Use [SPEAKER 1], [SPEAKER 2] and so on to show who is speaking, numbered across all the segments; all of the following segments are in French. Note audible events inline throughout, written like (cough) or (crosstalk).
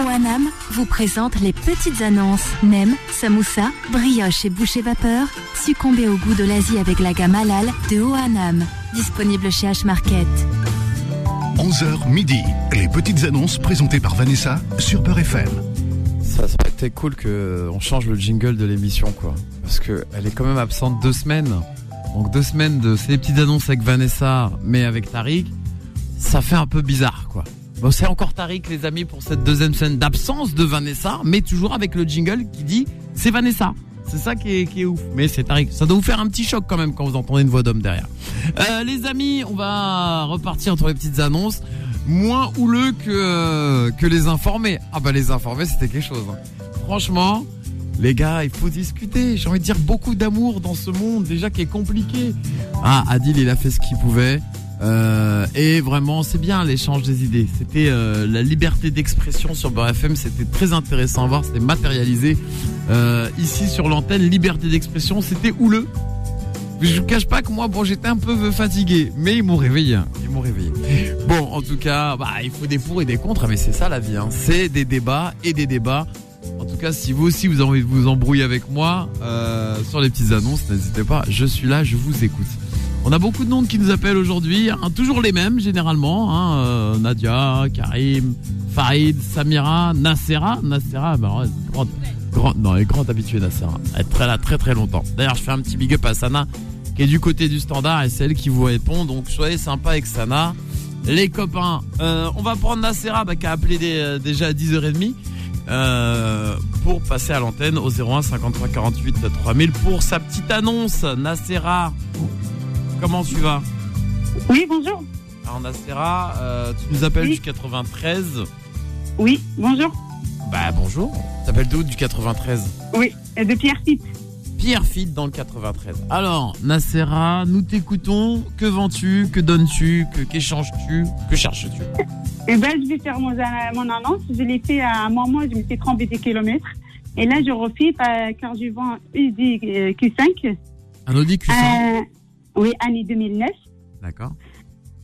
[SPEAKER 1] OANAM vous présente les petites annonces. Nem, samoussa, brioche et boucher vapeur. Succombez au goût de l'Asie avec la gamme halal de OANAM. Disponible chez H-Market.
[SPEAKER 2] 11h midi, les petites annonces présentées par Vanessa sur Peur FM.
[SPEAKER 3] Ça, ça aurait été cool que euh, on change le jingle de l'émission, quoi. Parce que elle est quand même absente deux semaines. Donc deux semaines de ces petites annonces avec Vanessa, mais avec Tariq, ça fait un peu bizarre, quoi. Bon, c'est encore Tariq, les amis, pour cette deuxième semaine d'absence de Vanessa, mais toujours avec le jingle qui dit c'est Vanessa. C'est ça qui est, qui est ouf. Mais c'est Tariq. Ça doit vous faire un petit choc quand même quand vous entendez une voix d'homme derrière. Euh, les amis, on va repartir entre les petites annonces. Moins houleux que, que les informés. Ah bah les informés, c'était quelque chose. hein. Franchement, les gars, il faut discuter. J'ai envie de dire beaucoup d'amour dans ce monde déjà qui est compliqué. Ah, Adil, il a fait ce qu'il pouvait. Euh, et vraiment, c'est bien l'échange des idées. C'était euh, la liberté d'expression sur Beurre FM. C'était très intéressant à voir. C'était matérialisé euh, ici sur l'antenne. Liberté d'expression, c'était houleux. Je vous cache pas que moi, bon, j'étais un peu fatigué, mais ils m'ont réveillé. hein. Ils m'ont réveillé. Bon, en tout cas, bah, il faut des pour et des contre, mais c'est ça la vie. hein. C'est des débats et des débats. En tout cas, si vous aussi vous avez envie de vous embrouiller avec moi euh, sur les petites annonces, n'hésitez pas. Je suis là, je vous écoute. On a beaucoup de noms qui nous appellent aujourd'hui, hein, toujours les mêmes généralement. hein, euh, Nadia, Karim, Farid, Samira, Nassera. Nassera, bah, ouais, grande, grande, non, elle est grande habituée Nassera. Elle est très là très très longtemps. D'ailleurs, je fais un petit big up à Sana qui est du côté du standard et c'est elle qui vous répond. Donc soyez sympa avec Sana. Les copains, euh, on va prendre Nassera bah, qui a appelé dès- euh, déjà à 10h30 euh, pour passer à l'antenne au 01 53 48 3000 pour sa petite annonce. Nassera, comment tu vas
[SPEAKER 4] Oui, bonjour.
[SPEAKER 3] Alors Nassera, euh, tu nous appelles
[SPEAKER 4] Oui.
[SPEAKER 3] du 93.
[SPEAKER 4] Oui, bonjour.
[SPEAKER 3] Bah bonjour. T'appelles d'où du 93
[SPEAKER 4] Oui, euh, de Pierre Site.
[SPEAKER 3] Pierre Fit dans le 93. Alors Nassera, nous t'écoutons. Que vends-tu Que donnes-tu Que qu'échanges-tu Que cherches-tu
[SPEAKER 4] Et ben, je vais faire mon, euh, mon annonce. Je l'ai fait à un moment, je me suis trempée des kilomètres. Et là, je refais bah, car je vends Audi euh, Q5.
[SPEAKER 3] Un Audi Q5.
[SPEAKER 4] Euh, oui, année 2009.
[SPEAKER 3] D'accord.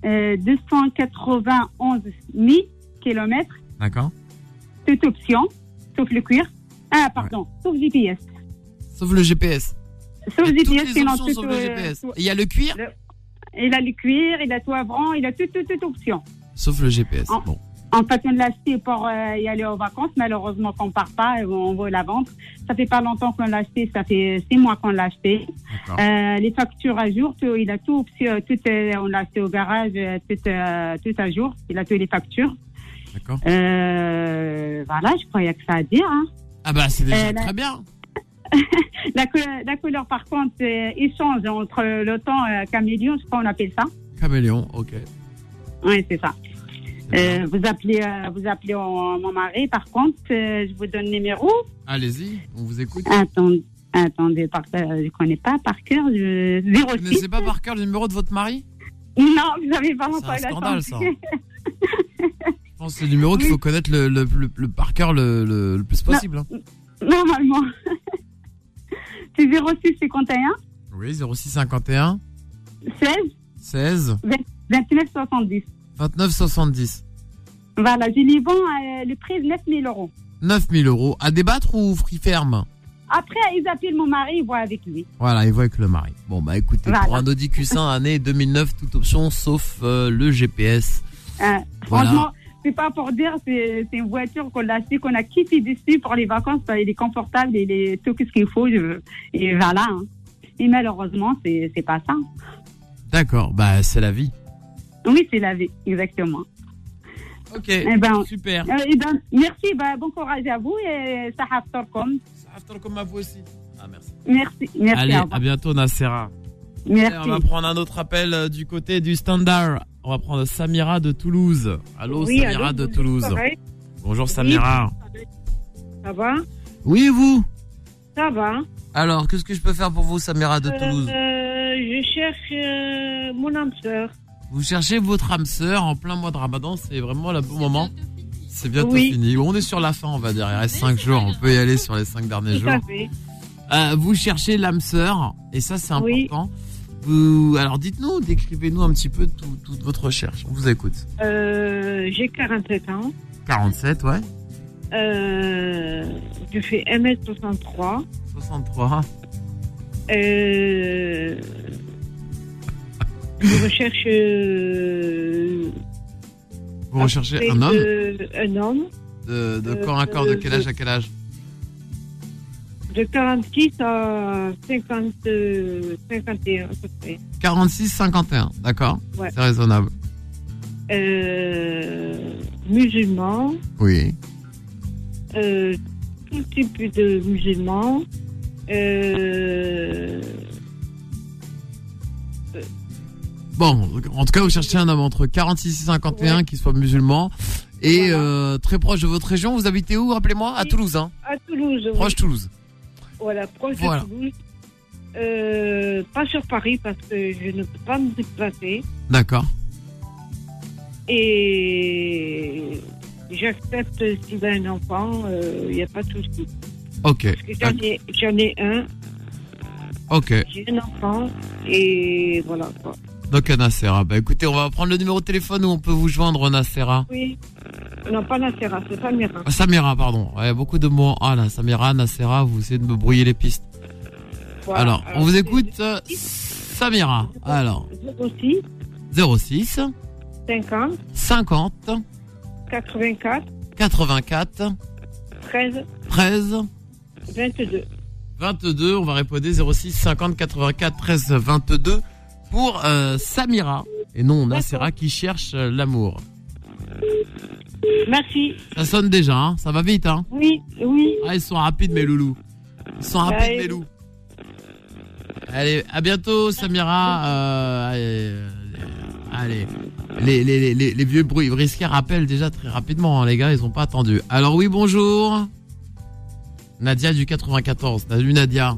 [SPEAKER 4] euh, 291 000 kilomètres,
[SPEAKER 3] D'accord.
[SPEAKER 4] toute option, sauf le cuir. Ah, pardon, sauf GPS.
[SPEAKER 3] Sauf le GPS.
[SPEAKER 4] Sauf
[SPEAKER 3] Toutes
[SPEAKER 4] GPS,
[SPEAKER 3] les
[SPEAKER 4] sinon
[SPEAKER 3] options
[SPEAKER 4] tout,
[SPEAKER 3] sauf le
[SPEAKER 4] euh,
[SPEAKER 3] GPS.
[SPEAKER 4] tout-
[SPEAKER 3] Et Il y a le cuir.
[SPEAKER 4] Il a le cuir, il a tout avant, il a toute, toute, toute option.
[SPEAKER 3] Sauf le GPS.
[SPEAKER 4] En-
[SPEAKER 3] Bon.
[SPEAKER 4] En fait, on l'a acheté pour euh, y aller aux vacances. Malheureusement, qu'on part pas, euh, on veut la vendre. Ça fait pas longtemps qu'on l'a acheté, ça fait six mois qu'on l'a acheté.
[SPEAKER 3] D'accord.
[SPEAKER 4] Euh, les factures à jour, tout- il a tout, option- tout euh, on l'a acheté au garage, euh, tout, euh, tout à jour. Il a toutes les factures.
[SPEAKER 3] D'accord.
[SPEAKER 4] Euh, voilà, je crois qu'il y a que ça à dire. hein.
[SPEAKER 3] Ah bah c'est déjà
[SPEAKER 4] Euh, la-
[SPEAKER 3] très bien.
[SPEAKER 4] (laughs) La, cou- la couleur, par contre, euh, échange entre le temps euh, caméléon, je crois qu'on appelle ça.
[SPEAKER 3] Caméléon. Ok.
[SPEAKER 4] Oui, c'est ça.
[SPEAKER 3] C'est
[SPEAKER 4] Euh, vous appelez, euh, vous appelez en- mon mari, par contre, euh, je vous donne le numéro.
[SPEAKER 3] Allez-y. On vous écoute.
[SPEAKER 4] Attendez, attendez par, euh, je connais pas par cœur. Je...
[SPEAKER 3] Vous
[SPEAKER 4] 06.
[SPEAKER 3] connaissez pas par cœur le numéro de votre mari
[SPEAKER 4] Non, vous n'avez Ah, pas mon
[SPEAKER 3] C'est un
[SPEAKER 4] la
[SPEAKER 3] scandale ça.
[SPEAKER 4] (laughs)
[SPEAKER 3] Je pense que c'est le numéro qu'il faut connaître le, le, le- le- par cœur le, le- le plus possible. hein.
[SPEAKER 4] Normalement. (laughs) c'est 06 51
[SPEAKER 3] Oui, 0651
[SPEAKER 4] 16
[SPEAKER 3] 16
[SPEAKER 4] 29 70.
[SPEAKER 3] 29 70.
[SPEAKER 4] Voilà, j'ai les bons, euh, le prix de 9 000 euros.
[SPEAKER 3] 9000 euros. À débattre ou free ferme
[SPEAKER 4] Après, ils appellent mon mari, ils voient avec lui.
[SPEAKER 3] Voilà, il voit avec le mari. Bon, bah écoutez,
[SPEAKER 4] Voilà.
[SPEAKER 3] pour un Audi Q5 année 2009, toute option sauf euh, le GPS.
[SPEAKER 4] Euh,
[SPEAKER 3] Voilà.
[SPEAKER 4] Franchement, c'est pas pour dire, c'est c'est une voiture qu'on l'a achetée, qu'on a kiffé dessus pour les vacances. bah, Il est confortable, il est tout ce qu'il faut. je- Et voilà. hein. Et malheureusement, c'est c'est pas ça.
[SPEAKER 3] D'accord, bah c'est la vie.
[SPEAKER 4] Oui, c'est la vie, exactement.
[SPEAKER 3] Ok,
[SPEAKER 4] Eh ben,
[SPEAKER 3] super.
[SPEAKER 4] euh, eh ben, merci, bah, bon courage à vous et Sahaf Torkom.
[SPEAKER 3] comme à vous aussi. Ah, merci.
[SPEAKER 4] Merci, merci.
[SPEAKER 3] Allez,
[SPEAKER 4] à
[SPEAKER 3] à
[SPEAKER 4] vous.
[SPEAKER 3] bientôt, Nassera.
[SPEAKER 4] merci.
[SPEAKER 3] On va prendre un autre appel euh, du côté du standard. On va prendre Samira de Toulouse. Allô, Samira de Toulouse. Bonjour, Samira.
[SPEAKER 4] Ça va
[SPEAKER 3] Oui, et vous
[SPEAKER 4] Ça va.
[SPEAKER 3] Alors, qu'est-ce que je peux faire pour vous, Samira Ah,
[SPEAKER 4] Euh,
[SPEAKER 3] de
[SPEAKER 5] Euh,
[SPEAKER 3] Toulouse
[SPEAKER 4] je cherche mon âme sœur.
[SPEAKER 3] Vous cherchez votre âme sœur en plein mois de ramadan, c'est vraiment le bon moment. C'est bientôt
[SPEAKER 4] Oui.
[SPEAKER 3] fini. On est sur la fin, on va dire. Il reste 5 jours, on peut y aller sur les 5 derniers jours.
[SPEAKER 4] fait.
[SPEAKER 3] Euh, vous cherchez l'âme sœur, et ça c'est
[SPEAKER 4] Oui.
[SPEAKER 3] important. Vous... Alors dites-nous, décrivez-nous un petit peu tout- toute votre recherche. On vous écoute.
[SPEAKER 4] J'ai 47 ans.
[SPEAKER 3] 47, ouais.
[SPEAKER 5] Euh, je fais 1m63.
[SPEAKER 3] 63.
[SPEAKER 5] Euh, je recherche euh,
[SPEAKER 3] Vous recherchez
[SPEAKER 5] près
[SPEAKER 3] un homme
[SPEAKER 5] de- un homme
[SPEAKER 3] de, de
[SPEAKER 5] euh,
[SPEAKER 3] corps à corps de quel
[SPEAKER 5] euh,
[SPEAKER 3] âge à quel âge
[SPEAKER 5] de 46 à 50, euh, 51 à peu près.
[SPEAKER 3] 46, 51, d'accord
[SPEAKER 5] Ouais.
[SPEAKER 3] C'est raisonnable.
[SPEAKER 5] Euh, musulman,
[SPEAKER 3] Oui.
[SPEAKER 5] euh, tout type de musulman. Euh,
[SPEAKER 3] Bon, en tout cas, vous cherchez un homme entre 46 et 51 qui soit musulman et
[SPEAKER 5] Voilà.
[SPEAKER 3] euh, très proche de votre région. Vous habitez où, rappelez-moi À
[SPEAKER 5] Oui.
[SPEAKER 3] Toulouse, hein
[SPEAKER 5] à Toulouse. oui.
[SPEAKER 3] Proche Toulouse.
[SPEAKER 5] Voilà, proche
[SPEAKER 3] Voilà.
[SPEAKER 5] de Toulouse. Euh, pas sur Paris parce que je ne peux pas me déplacer.
[SPEAKER 3] D'accord.
[SPEAKER 5] Et j'accepte s'il a un enfant, euh, il n'y a pas de souci.
[SPEAKER 3] Ok.
[SPEAKER 5] Parce que j'en ai, j'en ai un,
[SPEAKER 3] Ok.
[SPEAKER 5] j'ai un enfant, et voilà quoi.
[SPEAKER 3] Donc, à Nacera. Bah écoutez, on va prendre le numéro de téléphone où on peut vous joindre, Nacera.
[SPEAKER 5] Oui, non, pas Nacera, c'est pas Mira.
[SPEAKER 3] Ah, Samira, pardon. Ouais, beaucoup de mots. Ah là, Samira, Nacera, vous essayez de me brouiller les pistes.
[SPEAKER 5] Voilà.
[SPEAKER 3] Alors, on vous
[SPEAKER 5] c'est
[SPEAKER 3] écoute, euh, Samira. Alors,
[SPEAKER 5] 06
[SPEAKER 3] 06
[SPEAKER 5] 50
[SPEAKER 3] 50
[SPEAKER 5] 84
[SPEAKER 3] 84
[SPEAKER 5] 13
[SPEAKER 3] 13
[SPEAKER 5] 22.
[SPEAKER 3] 22. On va répondre 06 50 84 13 22 pour euh, Samira. Et non, Nacera qui cherche euh, l'amour.
[SPEAKER 5] Euh, Merci.
[SPEAKER 3] Ça sonne déjà, hein ça va vite. Hein
[SPEAKER 5] Oui, oui.
[SPEAKER 3] ah, ils sont rapides, mes loulous. Ils sont rapides,
[SPEAKER 5] Ouais.
[SPEAKER 3] mes loups. Allez, à bientôt, Samira. Euh, euh, allez. Les, les, les, les, les vieux bruits briscards rappellent déjà très rapidement, hein, les gars, ils ont pas attendu. Alors oui, bonjour. Nadia du 94. Salut Nadia.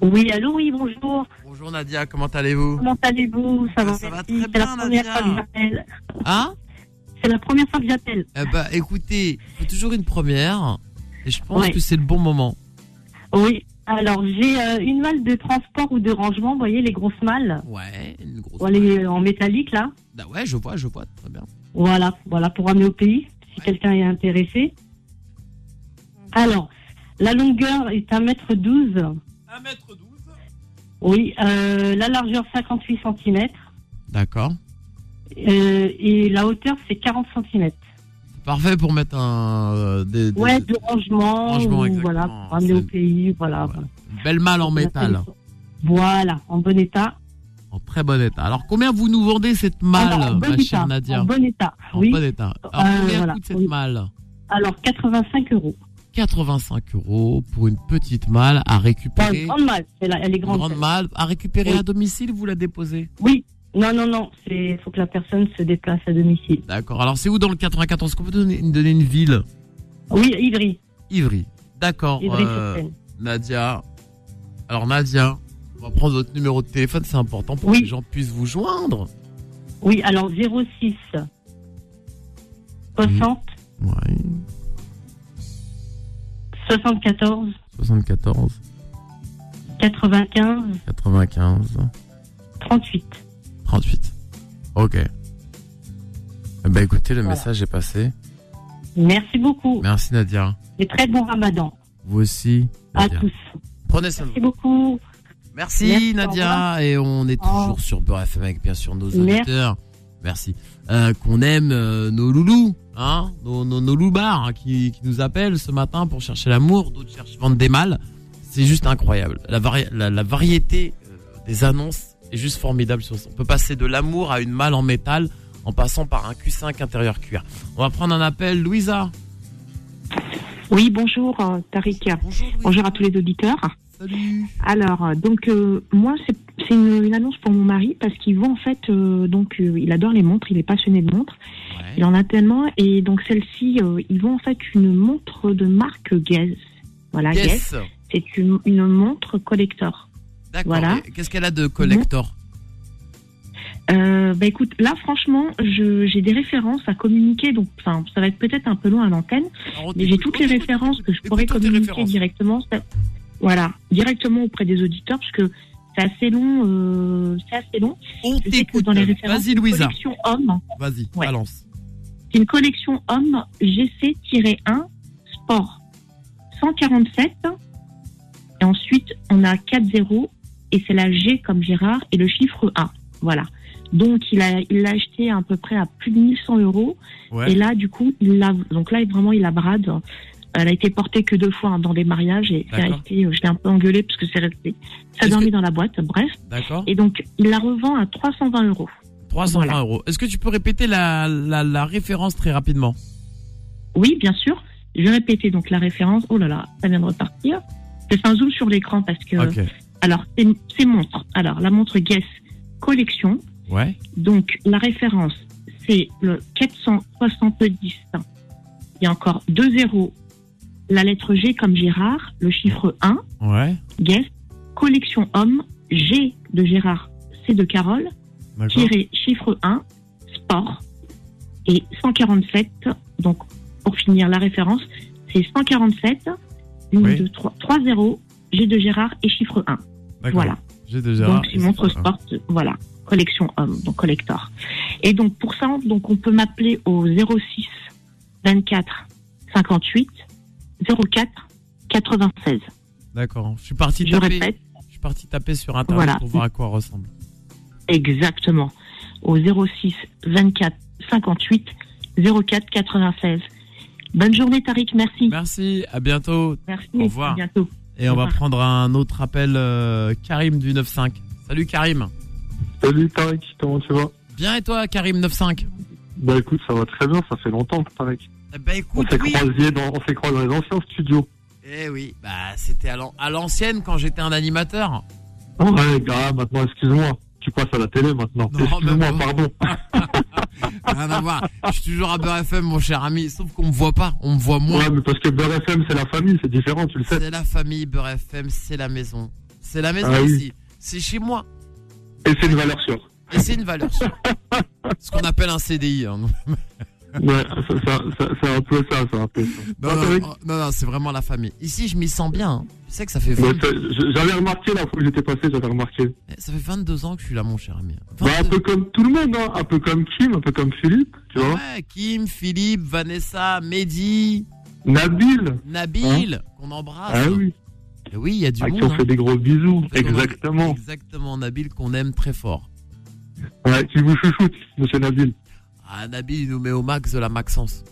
[SPEAKER 6] Oui, allô, oui, bonjour.
[SPEAKER 3] Bonjour Nadia, comment allez-vous
[SPEAKER 6] Comment allez-vous Ça
[SPEAKER 3] Ah,
[SPEAKER 6] va,
[SPEAKER 3] ça va très
[SPEAKER 6] merci. C'est la
[SPEAKER 3] bien,
[SPEAKER 6] première
[SPEAKER 3] Nadia.
[SPEAKER 6] fois que j'appelle.
[SPEAKER 3] Hein
[SPEAKER 6] C'est la première fois que j'appelle.
[SPEAKER 3] Eh ben, écoutez, faut toujours une première. Et je pense
[SPEAKER 6] Ouais.
[SPEAKER 3] que c'est le bon moment.
[SPEAKER 6] Oui. Alors, j'ai euh, une malle de transport ou de rangement, vous voyez, les grosses malles.
[SPEAKER 3] Ouais, une grosse.
[SPEAKER 6] Voilà, les, euh, en métallique, là.
[SPEAKER 3] Ah ouais, je vois, je vois, très bien.
[SPEAKER 6] Voilà, voilà, pour ramener au pays, si quelqu'un est intéressé. Alors, la longueur est 1m12.
[SPEAKER 3] 1m12.
[SPEAKER 6] Oui, euh, la largeur 58 cm.
[SPEAKER 3] D'accord.
[SPEAKER 6] Euh, et la hauteur, c'est 40 cm.
[SPEAKER 3] Parfait pour mettre un euh, des, des-
[SPEAKER 6] Ouais, de rangement,
[SPEAKER 3] Rangement,
[SPEAKER 6] ou,
[SPEAKER 3] exactement.
[SPEAKER 6] voilà, pour ramener au
[SPEAKER 3] C'est-
[SPEAKER 6] pays, voilà.
[SPEAKER 3] Ouais. une belle malle en métal,
[SPEAKER 6] Voilà, en bon état.
[SPEAKER 3] en très bon état. Alors combien vous nous vendez cette
[SPEAKER 6] Alors, en
[SPEAKER 3] malle,
[SPEAKER 6] bon
[SPEAKER 3] ma chère
[SPEAKER 6] état,
[SPEAKER 3] Nadia
[SPEAKER 6] En bon état,
[SPEAKER 3] En
[SPEAKER 6] oui.
[SPEAKER 3] bon état. Alors
[SPEAKER 6] Euh,
[SPEAKER 3] combien
[SPEAKER 6] voilà,
[SPEAKER 3] coûte cette
[SPEAKER 6] oui.
[SPEAKER 3] malle
[SPEAKER 6] Alors, 85 euros.
[SPEAKER 3] 85 euros pour une petite malle à
[SPEAKER 6] Pas
[SPEAKER 3] récupérer.
[SPEAKER 6] une grande malle, c'est la- elle est
[SPEAKER 3] Une
[SPEAKER 6] grande.
[SPEAKER 3] grande
[SPEAKER 6] celle.
[SPEAKER 3] malle à récupérer
[SPEAKER 6] Oui.
[SPEAKER 3] à domicile, vous la déposez.
[SPEAKER 6] Oui, non, non, non, il faut que la personne se déplace à domicile.
[SPEAKER 3] D'accord. Alors c'est où dans le 94 Est-ce qu'on peut donner, donner une ville
[SPEAKER 6] Oui, Ivry,
[SPEAKER 3] Ivry. D'accord.
[SPEAKER 6] Ivry
[SPEAKER 3] euh,
[SPEAKER 6] sur Seine.
[SPEAKER 3] Nadia. Alors Nadia, on va prendre votre numéro de téléphone, c'est important pour
[SPEAKER 6] Oui.
[SPEAKER 3] que les gens puissent vous joindre. Mmh.
[SPEAKER 6] Oui, alors 06 60
[SPEAKER 3] Ouais.
[SPEAKER 6] 74
[SPEAKER 3] 74
[SPEAKER 6] 95
[SPEAKER 3] 95
[SPEAKER 6] 38.
[SPEAKER 3] 38. Ok. Eh Ben écoutez, le
[SPEAKER 6] Voilà.
[SPEAKER 3] message est passé.
[SPEAKER 6] Merci beaucoup
[SPEAKER 3] Merci Nadia.
[SPEAKER 6] et très bon ramadan
[SPEAKER 3] Vous aussi.
[SPEAKER 6] à
[SPEAKER 3] Nadia.
[SPEAKER 6] tous.
[SPEAKER 3] Prenez soin de
[SPEAKER 6] Merci
[SPEAKER 3] vous.
[SPEAKER 6] beaucoup.
[SPEAKER 3] Merci,
[SPEAKER 6] Merci, au
[SPEAKER 3] Nadia.
[SPEAKER 6] revoir.
[SPEAKER 3] Et on est
[SPEAKER 6] Au revoir.
[SPEAKER 3] toujours sur Beurre FM avec bien sûr nos
[SPEAKER 6] Merci.
[SPEAKER 3] auditeurs. Merci. Euh, Qu'on aime euh, nos loulous, hein, nos, nos, nos loupards, hein, qui, qui nous appellent ce matin pour chercher l'amour. D'autres cherchent vendre des mâles. C'est juste incroyable. La, vari- la, la variété euh, des annonces est juste formidable. sur ça. On peut passer de l'amour à une malle en métal en passant par un Q5 intérieur cuir. On va prendre un appel. Louisa.
[SPEAKER 7] Oui, bonjour euh, Tariq.
[SPEAKER 3] Bonjour. Louisa.
[SPEAKER 7] Bonjour à tous les auditeurs.
[SPEAKER 3] Salut.
[SPEAKER 7] Alors, euh, donc euh, moi, c'est c'est une, une annonce pour mon mari parce qu'il voit en fait, euh, donc euh, il adore les montres, il est passionné de montres,
[SPEAKER 3] Ouais.
[SPEAKER 7] il en a tellement et donc celle-ci, euh, il voit en fait une montre de marque Guess. Voilà, Guess.
[SPEAKER 3] Yes.
[SPEAKER 7] C'est une, une montre collector.
[SPEAKER 3] D'accord.
[SPEAKER 7] Voilà.
[SPEAKER 3] Et Qu'est-ce qu'elle a de collector
[SPEAKER 6] Mhm.
[SPEAKER 7] Euh, bah écoute, là franchement, je- j'ai des références à communiquer, donc enfin, ça va être peut-être un peu loin à l'antenne.
[SPEAKER 3] Alors, on
[SPEAKER 7] Mais j'ai
[SPEAKER 3] t'écoute.
[SPEAKER 7] toutes les
[SPEAKER 3] Écoute,
[SPEAKER 7] références que je
[SPEAKER 3] écoute
[SPEAKER 7] pourrais
[SPEAKER 3] toutes tes
[SPEAKER 7] communiquer
[SPEAKER 3] références.
[SPEAKER 7] directement. ça- Voilà, directement auprès des auditeurs, parce que c'est assez long. euh, c'est assez long.
[SPEAKER 3] On
[SPEAKER 7] Je sais que
[SPEAKER 3] t'écoute.
[SPEAKER 7] dans les références,
[SPEAKER 3] Vas-y,
[SPEAKER 7] c'est une
[SPEAKER 3] Louisa.
[SPEAKER 7] collection homme.
[SPEAKER 3] Vas-y,
[SPEAKER 7] Ouais.
[SPEAKER 3] balance.
[SPEAKER 7] C'est une collection homme GC-1 Sport 147. Et ensuite, on a 4-0 et c'est la G comme Gérard et le chiffre 1. Voilà. Donc, il a- il l'a acheté à peu près à plus de 1100 euros.
[SPEAKER 6] Ouais.
[SPEAKER 7] Et là, du coup, il l'a- donc là, vraiment, il la brade. Elle a été portée que deux fois hein, dans des mariages et c'est
[SPEAKER 6] D'accord.
[SPEAKER 7] resté, euh, je l'ai un peu engueulé parce que c'est resté. Ça
[SPEAKER 3] Est-ce
[SPEAKER 7] dormit
[SPEAKER 3] que-
[SPEAKER 7] dans la boîte, bref.
[SPEAKER 3] D'accord.
[SPEAKER 7] Et donc, il la revend à 320 euros.
[SPEAKER 3] 320 euros. Est-ce que tu peux répéter la, la, la référence très rapidement
[SPEAKER 7] Oui, bien sûr. Je vais répéter donc la référence. Oh là là, ça vient de repartir. Je fais un zoom sur l'écran parce que.
[SPEAKER 3] Ok.
[SPEAKER 7] Alors, c'est c'est montre. Alors, la montre Guess Collection.
[SPEAKER 3] Ouais.
[SPEAKER 7] Donc, la référence, c'est le 470. Il y a encore deux zéros. La lettre G comme Gérard, le chiffre 1,
[SPEAKER 6] Ouais.
[SPEAKER 7] Guess, Collection Homme, G de Gérard, C de Carole,
[SPEAKER 6] D'accord.
[SPEAKER 7] tiré chiffre 1, sport, et 147. Donc, pour finir la référence, c'est 147, 1,
[SPEAKER 6] Oui.
[SPEAKER 7] 2, 3, 3, 0, G de Gérard et chiffre 1.
[SPEAKER 6] D'accord.
[SPEAKER 7] Voilà.
[SPEAKER 6] J'ai déjà.
[SPEAKER 7] donc, c'est montre sport, voilà, collection homme, donc collector. Et donc, pour ça, donc, on peut m'appeler au 06 24 58 04 96.
[SPEAKER 3] D'accord. Je suis parti
[SPEAKER 7] Je
[SPEAKER 3] taper.
[SPEAKER 7] répète,
[SPEAKER 3] Je suis parti taper sur internet
[SPEAKER 7] Voilà.
[SPEAKER 3] pour voir à quoi ressemble.
[SPEAKER 7] Exactement. Au 06 24 58 04 96. Bonne journée Tariq, merci.
[SPEAKER 3] Merci. À bientôt.
[SPEAKER 7] Merci.
[SPEAKER 3] au revoir.
[SPEAKER 7] À bientôt.
[SPEAKER 3] Et on
[SPEAKER 7] Au
[SPEAKER 3] va
[SPEAKER 7] revoir.
[SPEAKER 3] prendre un autre appel. euh, Karim du 95. Salut Karim.
[SPEAKER 8] Salut Tarek, comment tu vas
[SPEAKER 3] Bien et toi Karim 95.
[SPEAKER 8] Bah écoute, ça va très bien, ça fait longtemps Tarek.
[SPEAKER 3] Eh Ben
[SPEAKER 8] On
[SPEAKER 3] écoute,
[SPEAKER 8] s'est
[SPEAKER 3] oui.
[SPEAKER 8] croisés dans, on s'est croisés dans les anciens studios.
[SPEAKER 3] Eh oui. Bah c'était à l'an- à l'ancienne quand j'étais un animateur.
[SPEAKER 8] Oh, Ouais, gars, maintenant excuse-moi, tu passes à la télé maintenant.
[SPEAKER 3] Non,
[SPEAKER 8] Excuse-moi,
[SPEAKER 3] même pas.
[SPEAKER 8] pardon.
[SPEAKER 3] (laughs) Rien à voir. Je suis toujours à Beurre FM, mon cher ami. Sauf qu'on me voit pas. On me voit moins.
[SPEAKER 8] Ouais, mais parce que Beurre FM c'est la famille, c'est différent, tu le sais.
[SPEAKER 3] C'est la famille Beurre FM. C'est la maison. C'est la maison
[SPEAKER 8] Ah oui.
[SPEAKER 3] ici. C'est chez moi.
[SPEAKER 8] Et c'est une valeur sûre.
[SPEAKER 3] Et c'est une valeur
[SPEAKER 8] (laughs)
[SPEAKER 3] sûre. Ce qu'on appelle un CDI. hein.
[SPEAKER 8] Ah, Ouais, ça- ça- ça- c'est un peu ça, c'est un peu ça.
[SPEAKER 3] Non, non, non, non, non, c'est vraiment la famille. Ici, je m'y sens bien. hein. Tu sais que ça fait, 20
[SPEAKER 8] Bah, c'est- je- j'avais remarqué la fois que j'étais passé, j'avais remarqué.
[SPEAKER 3] ça fait 22 ans que je suis là, mon cher ami.
[SPEAKER 8] Bah, un
[SPEAKER 3] 22
[SPEAKER 8] peu comme tout le monde, hein, un peu comme Kim, un peu comme Philippe, tu vois.
[SPEAKER 3] Ouais, Kim, Philippe, Vanessa, Mehdi,
[SPEAKER 8] Nabil,
[SPEAKER 3] Nabil, qu'on embrasse.
[SPEAKER 8] ah oui,
[SPEAKER 3] Et oui, il y a du
[SPEAKER 8] à qui
[SPEAKER 3] monde.
[SPEAKER 8] on
[SPEAKER 3] hein.
[SPEAKER 8] fait des gros bisous,
[SPEAKER 3] On fait des gros-
[SPEAKER 8] exactement.
[SPEAKER 3] Exactement, Nabil qu'on aime
[SPEAKER 8] (laughs)
[SPEAKER 3] très fort.
[SPEAKER 8] Ouais, qui vous chouchoute, monsieur Nabil.
[SPEAKER 3] Ah, Nabil, il nous met au max de la Maxence.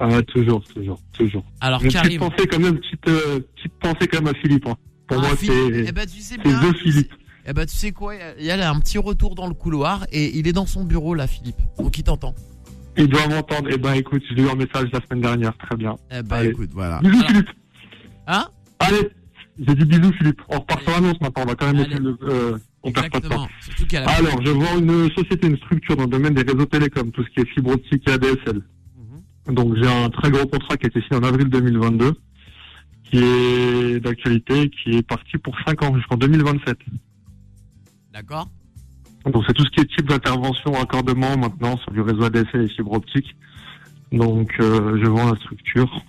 [SPEAKER 8] Ah, ouais, toujours, toujours, toujours.
[SPEAKER 3] Alors,
[SPEAKER 8] Une petite
[SPEAKER 3] Karim.
[SPEAKER 8] pensée quand même, petite, euh, petite pensée quand même à Philippe. hein. Pour
[SPEAKER 3] ah,
[SPEAKER 8] moi,
[SPEAKER 3] Philippe, eh
[SPEAKER 8] c'est
[SPEAKER 3] ben, tu sais
[SPEAKER 8] c'est
[SPEAKER 3] bien.
[SPEAKER 8] deux Philippe.
[SPEAKER 3] Eh ben, tu sais quoi, il y a un petit retour dans le couloir et il est dans son bureau, là, Philippe. Donc, il t'entend.
[SPEAKER 8] Il doit m'entendre. Eh ben, écoute, je lui ai eu un message la semaine dernière. Très bien.
[SPEAKER 3] Eh ben,
[SPEAKER 8] Allez.
[SPEAKER 3] écoute, voilà.
[SPEAKER 8] Bisous,
[SPEAKER 3] Alors,
[SPEAKER 8] Philippe.
[SPEAKER 3] hein
[SPEAKER 8] Allez, j'ai dit bisous, Philippe. On repart sur l'annonce maintenant. On va quand même
[SPEAKER 3] Allez.
[SPEAKER 8] essayer de. euh, on perd pas de temps.
[SPEAKER 3] Exactement. Surtout qu'à la
[SPEAKER 8] Alors, je vois une société, une structure dans le domaine des réseaux télécoms, tout ce qui est fibre optique et ADSL.
[SPEAKER 3] Mhm.
[SPEAKER 8] Donc, j'ai un très gros contrat qui a été signé en avril 2022, qui est d'actualité, qui est parti pour 5 ans jusqu'en 2027.
[SPEAKER 3] D'accord
[SPEAKER 8] Donc c'est tout ce qui est type d'intervention, raccordement maintenant sur du réseau ADSL et fibre optique. Donc euh, je vends la structure.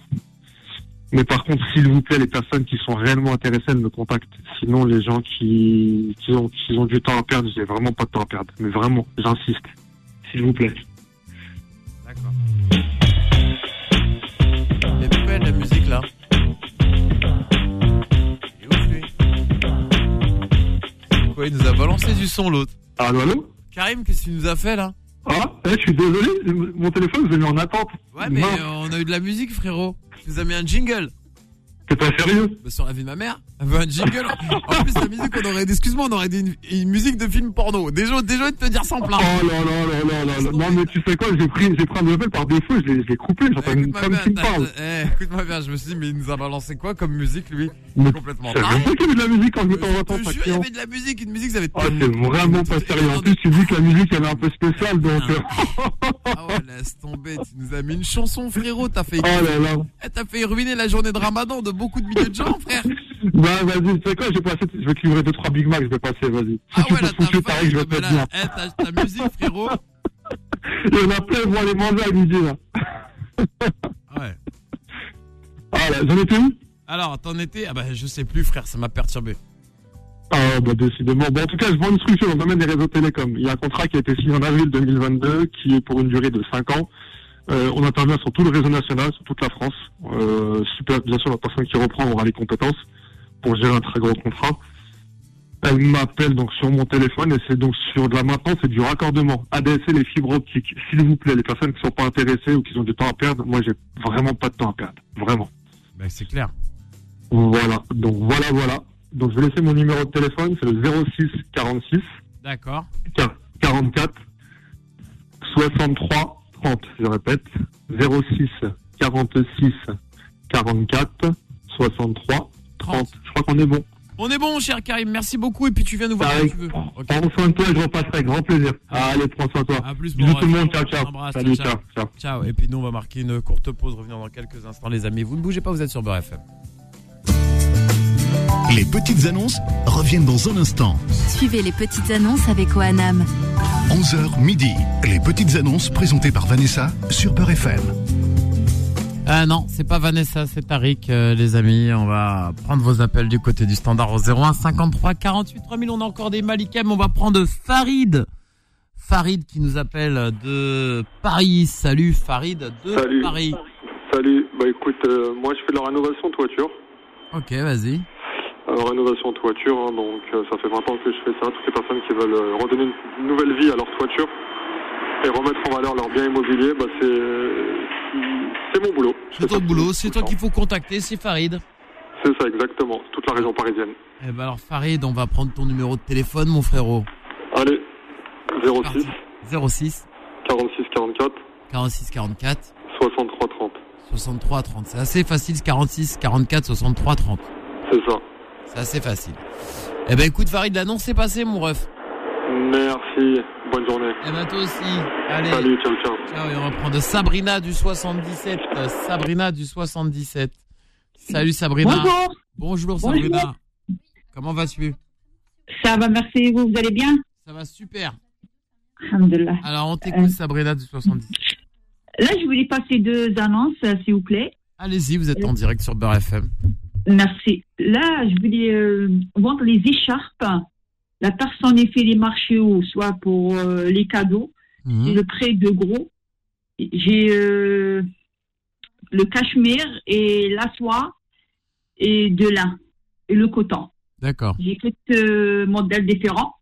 [SPEAKER 8] Mais par contre, s'il vous plaît, les personnes qui sont réellement intéressées, elles me contactent. Sinon, les gens qui, qui, ont, qui ont du temps à perdre, j'ai vraiment pas de temps à perdre. Mais vraiment, j'insiste. S'il vous plaît.
[SPEAKER 3] D'accord. Mais pourquoi il y a de la musique là Il est ouf, lui. C'est Quoi, il nous a balancé du son l'autre.
[SPEAKER 8] Allô, allô
[SPEAKER 3] Karim, qu'est-ce que tu nous as fait là
[SPEAKER 8] bah, Ah, eh, je suis désolé, mon téléphone, je l'ai mis en attente.
[SPEAKER 3] Ouais, mais
[SPEAKER 8] Non,
[SPEAKER 3] euh, on a eu de la musique, frérot. Tu nous as mis un jingle.
[SPEAKER 8] t'es pas sérieux
[SPEAKER 3] Bah, sur la vie de ma mère, elle veut un jingle.
[SPEAKER 8] (laughs)
[SPEAKER 3] En plus, la musique, on aurait, excuse-moi, on aurait dit une, une musique de film porno. Déjà, déjà, de te dire hein. sans
[SPEAKER 8] Oh
[SPEAKER 3] plaindre.
[SPEAKER 8] là là là là là là. Non, mais tu sais quoi, j'ai pris, j'ai pris un appel par défaut, je l'ai je l'ai coupé, j'entends une
[SPEAKER 3] Écoute-moi
[SPEAKER 8] femme
[SPEAKER 3] bien,
[SPEAKER 8] qui me
[SPEAKER 3] t'as-
[SPEAKER 8] parle.
[SPEAKER 3] eh, écoute-moi bien, je me suis dit, mais il nous a balancé quoi comme musique, lui
[SPEAKER 8] Mais
[SPEAKER 3] Complètement
[SPEAKER 8] Je savais
[SPEAKER 3] taré.
[SPEAKER 8] même pas qu'il y avait de la musique quand je me
[SPEAKER 3] Je
[SPEAKER 8] suis en
[SPEAKER 3] te
[SPEAKER 8] vacances.
[SPEAKER 3] jure, il y avait de la musique, une musique, ça avait
[SPEAKER 8] Ah, c'est vraiment pas sérieux. En plus, tu dis que la musique, elle est un peu spéciale, donc. euh,
[SPEAKER 3] Ah ouais, laisse tomber, tu nous as mis une chanson, frérot. T'as fait,
[SPEAKER 8] Oh là là.
[SPEAKER 3] Eh, t'as fait ruiner la journée de ramadan de beaucoup de milliers de gens, frère.
[SPEAKER 8] (laughs) Bah, vas-y, tu sais quoi, je vais passer, je vais te livrer 2-3 Big Mac, je vais passer, vas-y. Si
[SPEAKER 3] Ah
[SPEAKER 8] tu
[SPEAKER 3] ouais,
[SPEAKER 8] peux
[SPEAKER 3] là,
[SPEAKER 8] te
[SPEAKER 3] t'as
[SPEAKER 8] coucher, pareil,
[SPEAKER 3] failli,
[SPEAKER 8] je vais
[SPEAKER 3] mais
[SPEAKER 8] te mettre
[SPEAKER 3] là,
[SPEAKER 8] bien.
[SPEAKER 3] eh, ta, ta musique, frérot.
[SPEAKER 8] (laughs) Il y en a plein, ils vont aller manger à midi, là.
[SPEAKER 3] Ouais.
[SPEAKER 8] Ah là, j'en étais où
[SPEAKER 3] Alors, t'en étais Ah bah, je sais plus, frère, ça m'a perturbé.
[SPEAKER 8] Ah, bah, décidément. Bon, en tout cas, je vends une structure dans le domaine des réseaux télécoms. Il y a un contrat qui a été signé en avril 2022, qui est pour une durée de 5 ans. Euh, on intervient sur tout le réseau national, sur toute la France. Euh, super, bien sûr, la personne qui reprend aura les compétences pour gérer un très gros contrat. Elle m'appelle donc sur mon téléphone et c'est donc sur de la maintenance et du raccordement. ADSL les fibres optiques. S'il vous plaît, les personnes qui sont pas intéressées ou qui ont du temps à perdre, moi j'ai vraiment pas de temps à perdre. Vraiment. Bah,
[SPEAKER 9] Ben, c'est clair.
[SPEAKER 8] Voilà. Donc voilà, voilà. Donc je vais laisser mon numéro de téléphone, c'est le 06 46
[SPEAKER 9] D'accord.
[SPEAKER 8] Tiens, 44 63 30, je répète, 06 46 44 63 30. Je crois qu'on est bon.
[SPEAKER 9] On est bon, cher Karim. Merci beaucoup. Et puis tu viens nous voir quand
[SPEAKER 8] Pareil.
[SPEAKER 9] tu veux. Ok.
[SPEAKER 8] Prends soin de toi, je repasserai avec grand plaisir. Allez, prends soin de toi.
[SPEAKER 9] À plus,
[SPEAKER 8] Bisous
[SPEAKER 9] bon
[SPEAKER 8] tout le monde, ciao,
[SPEAKER 9] courage.
[SPEAKER 8] ciao.
[SPEAKER 9] On t'embrasse,
[SPEAKER 8] Salut,
[SPEAKER 9] ciao, ciao.
[SPEAKER 8] ciao, ciao.
[SPEAKER 9] Ciao. Et puis nous, on va marquer une courte pause, revenir dans quelques instants, les amis. Vous ne bougez pas, vous êtes sur Beurre FM.
[SPEAKER 2] Les petites annonces reviennent dans un instant.
[SPEAKER 1] Suivez les petites annonces avec OANAM.
[SPEAKER 2] 11h midi. Les petites annonces présentées par Vanessa sur Peur FM.
[SPEAKER 3] Ah non, c'est pas Vanessa, c'est Tariq, euh, les amis. On va prendre vos appels du côté du standard au 01 53 48 3000. On a encore des Malikem. On va prendre Farid. Farid qui nous appelle de Paris. Salut Farid de
[SPEAKER 10] Salut.
[SPEAKER 3] Paris.
[SPEAKER 10] Salut, bah écoute, euh, moi je fais de la rénovation de toiture.
[SPEAKER 3] Ok, vas-y.
[SPEAKER 10] Euh, rénovation de toiture, hein, donc euh, ça fait 20 ans que je fais ça. Toutes les personnes qui veulent euh, redonner une une nouvelle vie à leur toiture et remettre en valeur leur bien immobilier, bah c'est c'est mon boulot.
[SPEAKER 3] C'est ton boulot, c'est toi qu'il faut contacter, c'est Farid.
[SPEAKER 10] C'est ça exactement, toute la région parisienne.
[SPEAKER 3] Eh ben alors Farid, on va prendre ton numéro de téléphone, mon frérot.
[SPEAKER 10] Allez, 06
[SPEAKER 3] 06
[SPEAKER 10] 46 44
[SPEAKER 3] 46 44
[SPEAKER 10] 63 30.
[SPEAKER 3] 63 30. C'est assez facile, 46 44 63 30.
[SPEAKER 10] C'est ça.
[SPEAKER 3] C'est assez facile. Eh ben écoute Farid, l'annonce est passée, mon ref.
[SPEAKER 10] Merci, bonne journée.
[SPEAKER 3] Eh ben toi aussi. Allez.
[SPEAKER 10] Salut, ciao, ciao.
[SPEAKER 3] Ciao, et Ah on reprend de Sabrina du 77. Euh, Sabrina du 77. Salut Sabrina.
[SPEAKER 5] Bonjour.
[SPEAKER 3] Bonjour
[SPEAKER 5] Bonjour.
[SPEAKER 3] Sabrina. Comment vas-tu
[SPEAKER 5] Ça va, merci. Vous, vous allez bien
[SPEAKER 3] Ça va super.
[SPEAKER 5] Alhamdulillah.
[SPEAKER 3] Alors on
[SPEAKER 5] Euh.
[SPEAKER 3] t'écoute Sabrina du 77.
[SPEAKER 11] Là, je voulais passer deux annonces, euh, s'il vous plaît.
[SPEAKER 3] Allez-y, vous êtes en direct sur Beurre FM.
[SPEAKER 11] Merci. Là, je voulais euh, vendre les écharpes. La personne a fait les marchés ou soit pour euh, les cadeaux.
[SPEAKER 3] Mhm.
[SPEAKER 11] C'est le prêt de gros. J'ai euh, le cachemire et la soie et de lin et le coton.
[SPEAKER 3] D'accord.
[SPEAKER 11] J'ai quelques euh, modèles différents.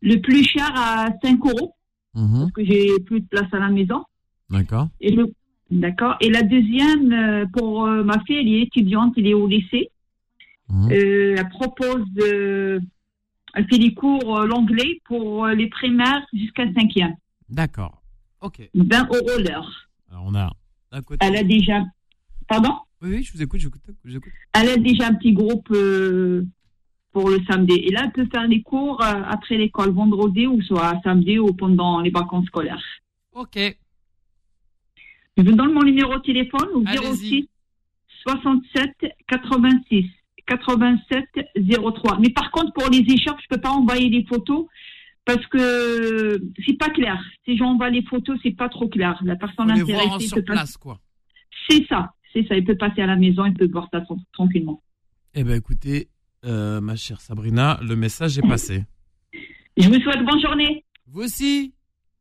[SPEAKER 11] Le plus cher à 5 euros
[SPEAKER 3] Mhm.
[SPEAKER 11] parce que j'ai plus de place à la maison.
[SPEAKER 3] D'accord.
[SPEAKER 11] Et le- D'accord. Et la deuxième, euh, pour euh, ma fille, elle est étudiante, elle est au lycée.
[SPEAKER 3] Mmh.
[SPEAKER 11] Euh, elle propose, euh, elle fait les cours euh, l'anglais pour euh, les primaires jusqu'à 5e.
[SPEAKER 3] D'accord. Ok.
[SPEAKER 11] 20 euros l'heure.
[SPEAKER 3] Alors on a d'un côté.
[SPEAKER 11] Elle a déjà. Pardon
[SPEAKER 3] Oui, oui, je vous écoute, je vous écoute, je vous écoute.
[SPEAKER 11] Elle a déjà un petit groupe euh, pour le samedi. Et là, elle peut faire les cours euh, après l'école, vendredi ou soit samedi ou pendant les vacances scolaires.
[SPEAKER 3] Ok.
[SPEAKER 11] Je vous donne mon numéro de téléphone au
[SPEAKER 3] Allez-y.
[SPEAKER 11] 06 67 86 87 03. Mais par contre, pour les écharpes, je peux pas envoyer les photos parce que c'est pas clair. Si j'envoie les photos, c'est pas trop clair. La
[SPEAKER 3] On
[SPEAKER 11] personne
[SPEAKER 3] les
[SPEAKER 11] intéressée
[SPEAKER 3] voir en
[SPEAKER 11] peut
[SPEAKER 3] sur
[SPEAKER 11] pas-
[SPEAKER 3] place, quoi.
[SPEAKER 11] C'est ça, c'est ça. Il peut passer à la maison, il peut voir ça tran- tranquillement.
[SPEAKER 3] Eh ben écoutez, euh, ma chère Sabrina, le message est passé.
[SPEAKER 11] Je vous souhaite bonne journée.
[SPEAKER 3] Vous aussi.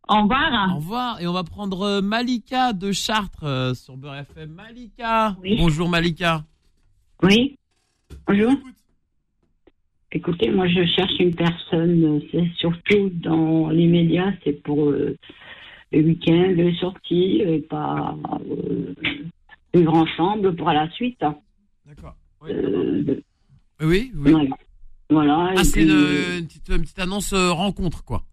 [SPEAKER 11] Au revoir.
[SPEAKER 3] Au revoir. Et on va prendre euh, Malika de Chartres euh, sur Beurre FM. Malika. Bonjour Malika.
[SPEAKER 12] Oui. Bonjour. Écoutez, moi je cherche une personne, euh, c'est surtout dans les médias, c'est pour euh, le week-end, les sorties, et pas euh, vivre ensemble pour la suite.
[SPEAKER 3] D'accord.
[SPEAKER 12] oui, oui. Voilà. Voilà,
[SPEAKER 3] Ah,
[SPEAKER 12] et
[SPEAKER 3] c'est
[SPEAKER 12] puis, euh,
[SPEAKER 3] une, une petite, une petite annonce euh, rencontre, quoi.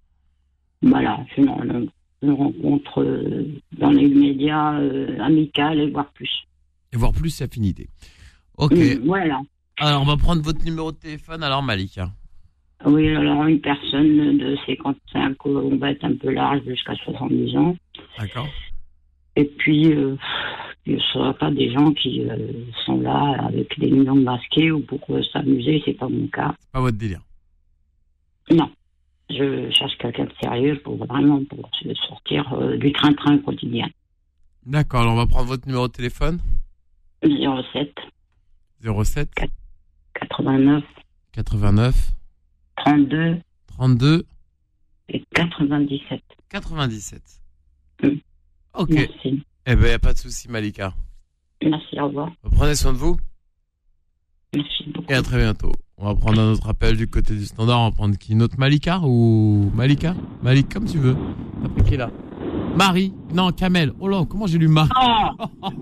[SPEAKER 12] voilà, c'est une, une- une rencontre euh, dans les médias euh, amicales et voire plus.
[SPEAKER 3] Et voir plus affinité. Ok.
[SPEAKER 12] Mm, voilà.
[SPEAKER 3] Alors on va prendre votre numéro de téléphone, alors hein. Malika.
[SPEAKER 12] Oui, alors une personne de 55 ans, on va être un peu large jusqu'à 70 ans.
[SPEAKER 3] D'accord.
[SPEAKER 12] Et puis, euh, il ne sera pas des gens qui euh, sont là avec des millions de masqués ou pour euh, s'amuser, c'est pas mon cas.
[SPEAKER 3] Pas votre délire.
[SPEAKER 12] Non. Je cherche quelqu'un de sérieux pour vraiment pour se sortir euh, du train-train quotidien.
[SPEAKER 3] D'accord. Alors on va prendre votre numéro de téléphone.
[SPEAKER 12] 07
[SPEAKER 3] 07
[SPEAKER 12] 89
[SPEAKER 3] 89
[SPEAKER 12] 32
[SPEAKER 3] 32
[SPEAKER 12] et 97.
[SPEAKER 3] 97.
[SPEAKER 12] Mm.
[SPEAKER 3] Ok.
[SPEAKER 12] Merci.
[SPEAKER 3] Eh ben, y a pas de souci, Malika.
[SPEAKER 12] Merci, au revoir.
[SPEAKER 3] Prenez soin de vous.
[SPEAKER 12] Merci beaucoup.
[SPEAKER 3] Et à très bientôt. On va prendre un autre appel du côté du standard. On va prendre qui Notre Malika ou Malika Malik, comme tu veux. T'as pris qui là Marie Non, Kamel. Oh là, comment j'ai lu Marie
[SPEAKER 13] Ah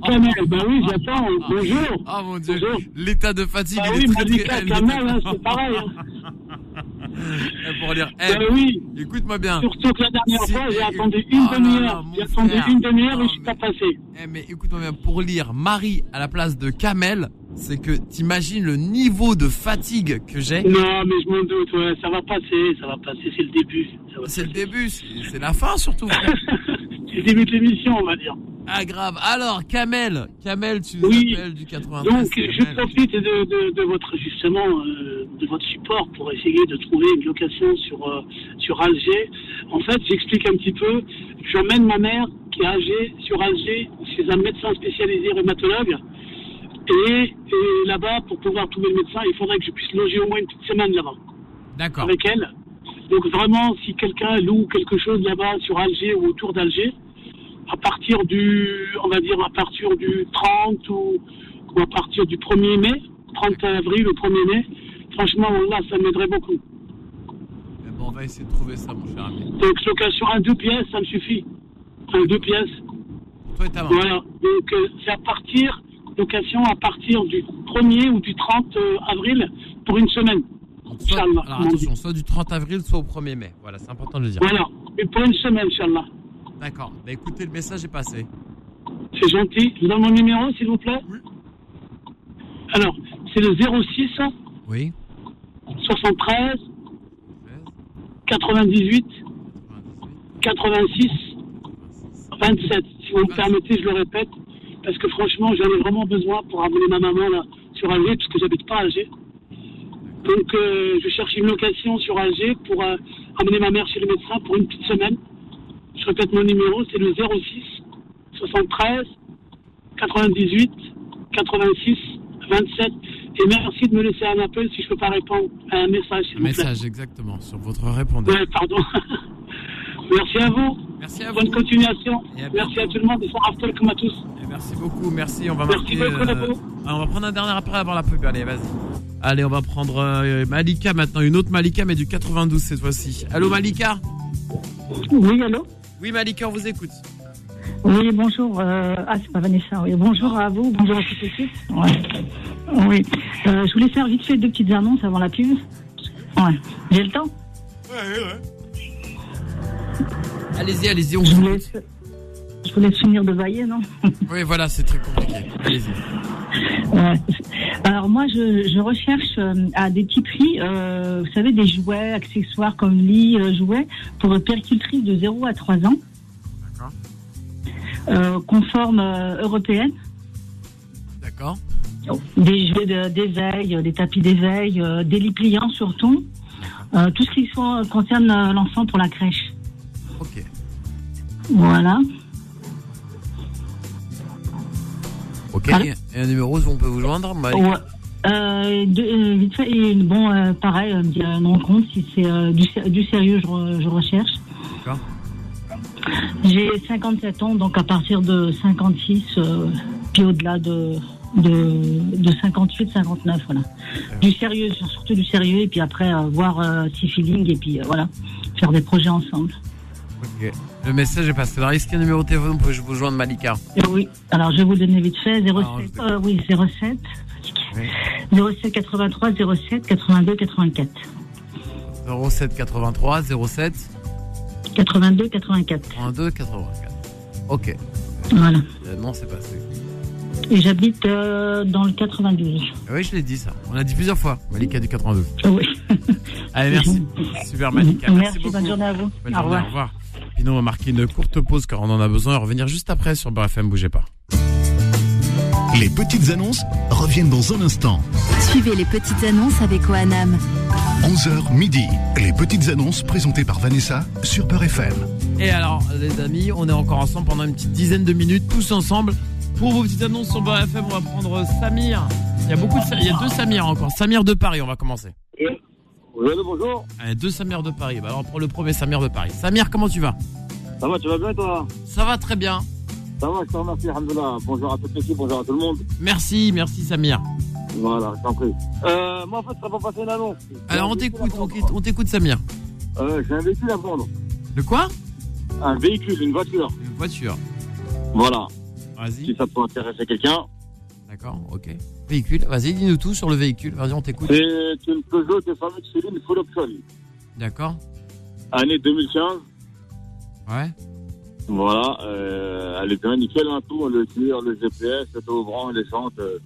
[SPEAKER 13] Kamel, bah oui, j'attends. Bonjour.
[SPEAKER 3] Ah mon dieu. L'état de fatigue.
[SPEAKER 13] Bah
[SPEAKER 3] il est
[SPEAKER 13] oui,
[SPEAKER 3] très, très-
[SPEAKER 13] Malika,
[SPEAKER 3] elle-
[SPEAKER 13] Kamel, hein, c'est pareil.
[SPEAKER 3] (laughs)
[SPEAKER 13] hein.
[SPEAKER 3] Eh, Pour lire.
[SPEAKER 13] Bah oui.
[SPEAKER 3] Écoute-moi bien.
[SPEAKER 13] Surtout que la dernière
[SPEAKER 3] Si-
[SPEAKER 13] fois, j'ai
[SPEAKER 3] eh,
[SPEAKER 13] attendu
[SPEAKER 3] eh,
[SPEAKER 13] une
[SPEAKER 3] oh là là,
[SPEAKER 13] demi-heure.
[SPEAKER 3] mon
[SPEAKER 13] J'ai attendu
[SPEAKER 3] frère.
[SPEAKER 13] une demi-heure
[SPEAKER 3] Non,
[SPEAKER 13] et je suis pas passé.
[SPEAKER 3] Eh, mais écoute-moi bien, pour lire Marie à la place de Kamel, c'est que t'imagines le niveau de fatigue que j'ai.
[SPEAKER 13] Non, mais je m'en doute, ouais, ça va passer, ça va passer, c'est le début.
[SPEAKER 3] C'est le début, c'est c'est la fin
[SPEAKER 13] (laughs)
[SPEAKER 3] surtout.
[SPEAKER 13] c'est le début de l'émission, on va dire.
[SPEAKER 3] Ah grave. Alors Kamel, Kamel, tu nous appelles du 93.
[SPEAKER 13] Donc,
[SPEAKER 3] Kamel.
[SPEAKER 13] je profite de, de- de votre justement euh, de votre support pour essayer de trouver une location sur euh, sur Alger. En fait, j'explique un petit peu. J'emmène ma mère qui est âgée sur Alger chez un médecin spécialisé rhumatologue. Et, et là-bas, pour pouvoir trouver le médecin, il faudrait que je puisse loger au moins une petite semaine là-bas.
[SPEAKER 3] D'accord.
[SPEAKER 13] Avec elle. Donc vraiment, si quelqu'un loue quelque chose là-bas sur Alger ou autour d'Alger, à partir du, on va dire à partir du 30 ou, ou à partir du 1er mai, 30 avril au 1er mai, franchement, là, ça m'aiderait beaucoup.
[SPEAKER 3] Eh ben, on va essayer de trouver ça, mon cher ami.
[SPEAKER 13] Donc location un deux pièces, ça me suffit. Un deux pièces.
[SPEAKER 3] Toi et ta maman.
[SPEAKER 13] Voilà. Donc euh, c'est à partir location à partir du 1er ou du 30 euh, avril pour une semaine.
[SPEAKER 3] Soit-
[SPEAKER 13] Inch'Allah,
[SPEAKER 3] alors
[SPEAKER 13] comme on dit.
[SPEAKER 3] attention, soit du 30 avril, soit au 1er mai. Voilà, c'est important de le dire.
[SPEAKER 13] Voilà. Et pour une semaine, Inch'Allah.
[SPEAKER 3] D'accord. Bah écoutez, le message est passé.
[SPEAKER 13] C'est gentil. Je vous donne mon numéro, s'il vous plaît Alors, c'est le 06
[SPEAKER 3] Oui.
[SPEAKER 13] 73 98 86 27. Si vous me permettez, je le répète, parce que franchement, j'en ai vraiment besoin pour amener ma maman là, sur Alger, parce que j'habite pas à Alger. Donc, euh, je cherche une location sur Alger pour euh, amener ma mère chez le médecin pour une petite semaine. Je répète mon numéro, c'est le 06 73 98 86 27. Et merci de me laisser un appel si je peux pas répondre à un message. s'il
[SPEAKER 3] Un
[SPEAKER 13] vous plaît.
[SPEAKER 3] message, exactement, sur votre répondeur.
[SPEAKER 13] Ouais, pardon. (laughs) merci à vous.
[SPEAKER 3] Merci à
[SPEAKER 13] Bonne
[SPEAKER 3] vous.
[SPEAKER 13] continuation.
[SPEAKER 3] Et à
[SPEAKER 13] Merci à tout le monde et soir after comme à tous.
[SPEAKER 3] merci beaucoup, merci. On va marquer.
[SPEAKER 13] Merci beaucoup,
[SPEAKER 3] euh,
[SPEAKER 13] Nabo.
[SPEAKER 3] ah, on va prendre un dernier après avant la pub. Allez, vas-y. Allez, on va prendre euh, Malika maintenant, une autre Malika, mais du 92 cette fois-ci. Allô, Malika
[SPEAKER 14] Oui, allô
[SPEAKER 3] Oui, Malika, on vous écoute.
[SPEAKER 14] Oui, bonjour. euh, ah, c'est pas Vanessa. Oui. Bonjour à vous, bonjour à toute l'équipe. Ouais. Oui. Euh, je voulais faire vite fait deux petites annonces avant la pub. Ouais. J'ai le temps
[SPEAKER 3] Allez-y, allez-y, on
[SPEAKER 14] je vous laisse. Je vous laisse finir de bailler, non
[SPEAKER 3] Oui, voilà, c'est très compliqué. Allez-y.
[SPEAKER 14] Ouais. Alors moi, je, je recherche euh, à des petits prix, euh, vous savez, des jouets, accessoires comme lit, euh, jouets, pour une péricultrice de 0 à 3 ans,
[SPEAKER 3] D'accord.
[SPEAKER 14] euh, conforme euh, européenne.
[SPEAKER 3] D'accord.
[SPEAKER 14] Des jouets de- d'éveil, euh, des tapis d'éveil, euh, des lits pliants surtout. Euh, tout ce qui soit- concerne euh, l'enfant pour la crèche.
[SPEAKER 3] Ok.
[SPEAKER 14] Voilà.
[SPEAKER 3] Ok.
[SPEAKER 14] Allô
[SPEAKER 3] Et un numéro où on peut vous joindre Malika
[SPEAKER 14] Ouais. Euh, de- euh, vite fait, et bon, euh, pareil, euh, me dire un nom de compte si c'est euh, du, sé- du sérieux, je, re- je recherche.
[SPEAKER 3] D'accord.
[SPEAKER 14] J'ai 57 ans, donc à partir de 56, euh, puis au-delà de, de, de 58, 59, voilà. Du sérieux, sur- surtout du sérieux, et puis après, euh, voir euh, si feeling, et puis euh, voilà, faire des projets ensemble.
[SPEAKER 3] Ok. Le message est passé. Alors, est-ce qu'il y a un numéro de téléphone pour que je vous joindre, Malika
[SPEAKER 14] Et oui, alors je vais vous le donner vite fait, 07,
[SPEAKER 3] Alors, je
[SPEAKER 14] euh, oui, 07, 07 83 07 82 84.
[SPEAKER 3] 07 83 07
[SPEAKER 14] 82 84.
[SPEAKER 3] 82 84. Ok.
[SPEAKER 14] Voilà.
[SPEAKER 3] Euh, non, c'est passé.
[SPEAKER 14] Et j'habite euh, dans le 92.
[SPEAKER 3] Ah Oui, je l'ai dit ça. On l'a dit plusieurs fois. Malika du 82.
[SPEAKER 14] Oui.
[SPEAKER 3] (laughs)
[SPEAKER 14] (laughs)
[SPEAKER 3] Allez, merci. Super, Malika.
[SPEAKER 14] Merci,
[SPEAKER 3] Merci, beaucoup.
[SPEAKER 14] bonne journée à vous.
[SPEAKER 3] Bonne journée, Au revoir. Puis nous, on va marquer une courte pause car on en a besoin et revenir juste après sur BFM. Bougez pas.
[SPEAKER 2] Les petites annonces reviennent dans un instant.
[SPEAKER 1] Suivez les petites annonces avec OANAM.
[SPEAKER 2] 11h midi. Les petites annonces présentées par Vanessa sur Peur FM.
[SPEAKER 3] Et alors, les amis, on est encore ensemble pendant une petite dizaine de minutes, tous ensemble. Pour vos petites annonces sur BFM, on va prendre Samir. Il y a beaucoup de, Sa- il y a deux Samir encore. Samir de Paris, on va commencer.
[SPEAKER 15] Oui, allô, bonjour.
[SPEAKER 3] Allez, deux Samir de Paris. Bah, alors, pour le premier Samir de Paris. Samir, comment tu vas
[SPEAKER 15] Ça va, tu vas bien, toi
[SPEAKER 3] Ça va très bien.
[SPEAKER 15] Ça va, je te remercie, Alhamdoulilah. Bonjour à toute l'équipe, bonjour à tout le monde.
[SPEAKER 3] Merci, merci Samir.
[SPEAKER 15] Voilà, je t'en prie. Euh, moi, en fait, ça va passer une annonce.
[SPEAKER 3] Alors on t'écoute, on t'écoute- on t'écoute Samir.
[SPEAKER 15] Euh, j'ai un véhicule à vendre.
[SPEAKER 3] Le quoi
[SPEAKER 15] Un véhicule, une voiture.
[SPEAKER 3] Une voiture.
[SPEAKER 15] Voilà.
[SPEAKER 3] Vas-y.
[SPEAKER 15] Si ça peut intéresser quelqu'un.
[SPEAKER 3] D'accord, ok. Véhicule, vas-y, dis-nous tout sur le véhicule. Vas-y, on t'écoute.
[SPEAKER 15] C'est une Peugeot 208 full option.
[SPEAKER 3] D'accord.
[SPEAKER 15] Année 2015.
[SPEAKER 3] Ouais.
[SPEAKER 15] Voilà, euh, elle est bien nickel, hein, tout, le tir, le GPS, le taux ouvrant, les jantes, euh,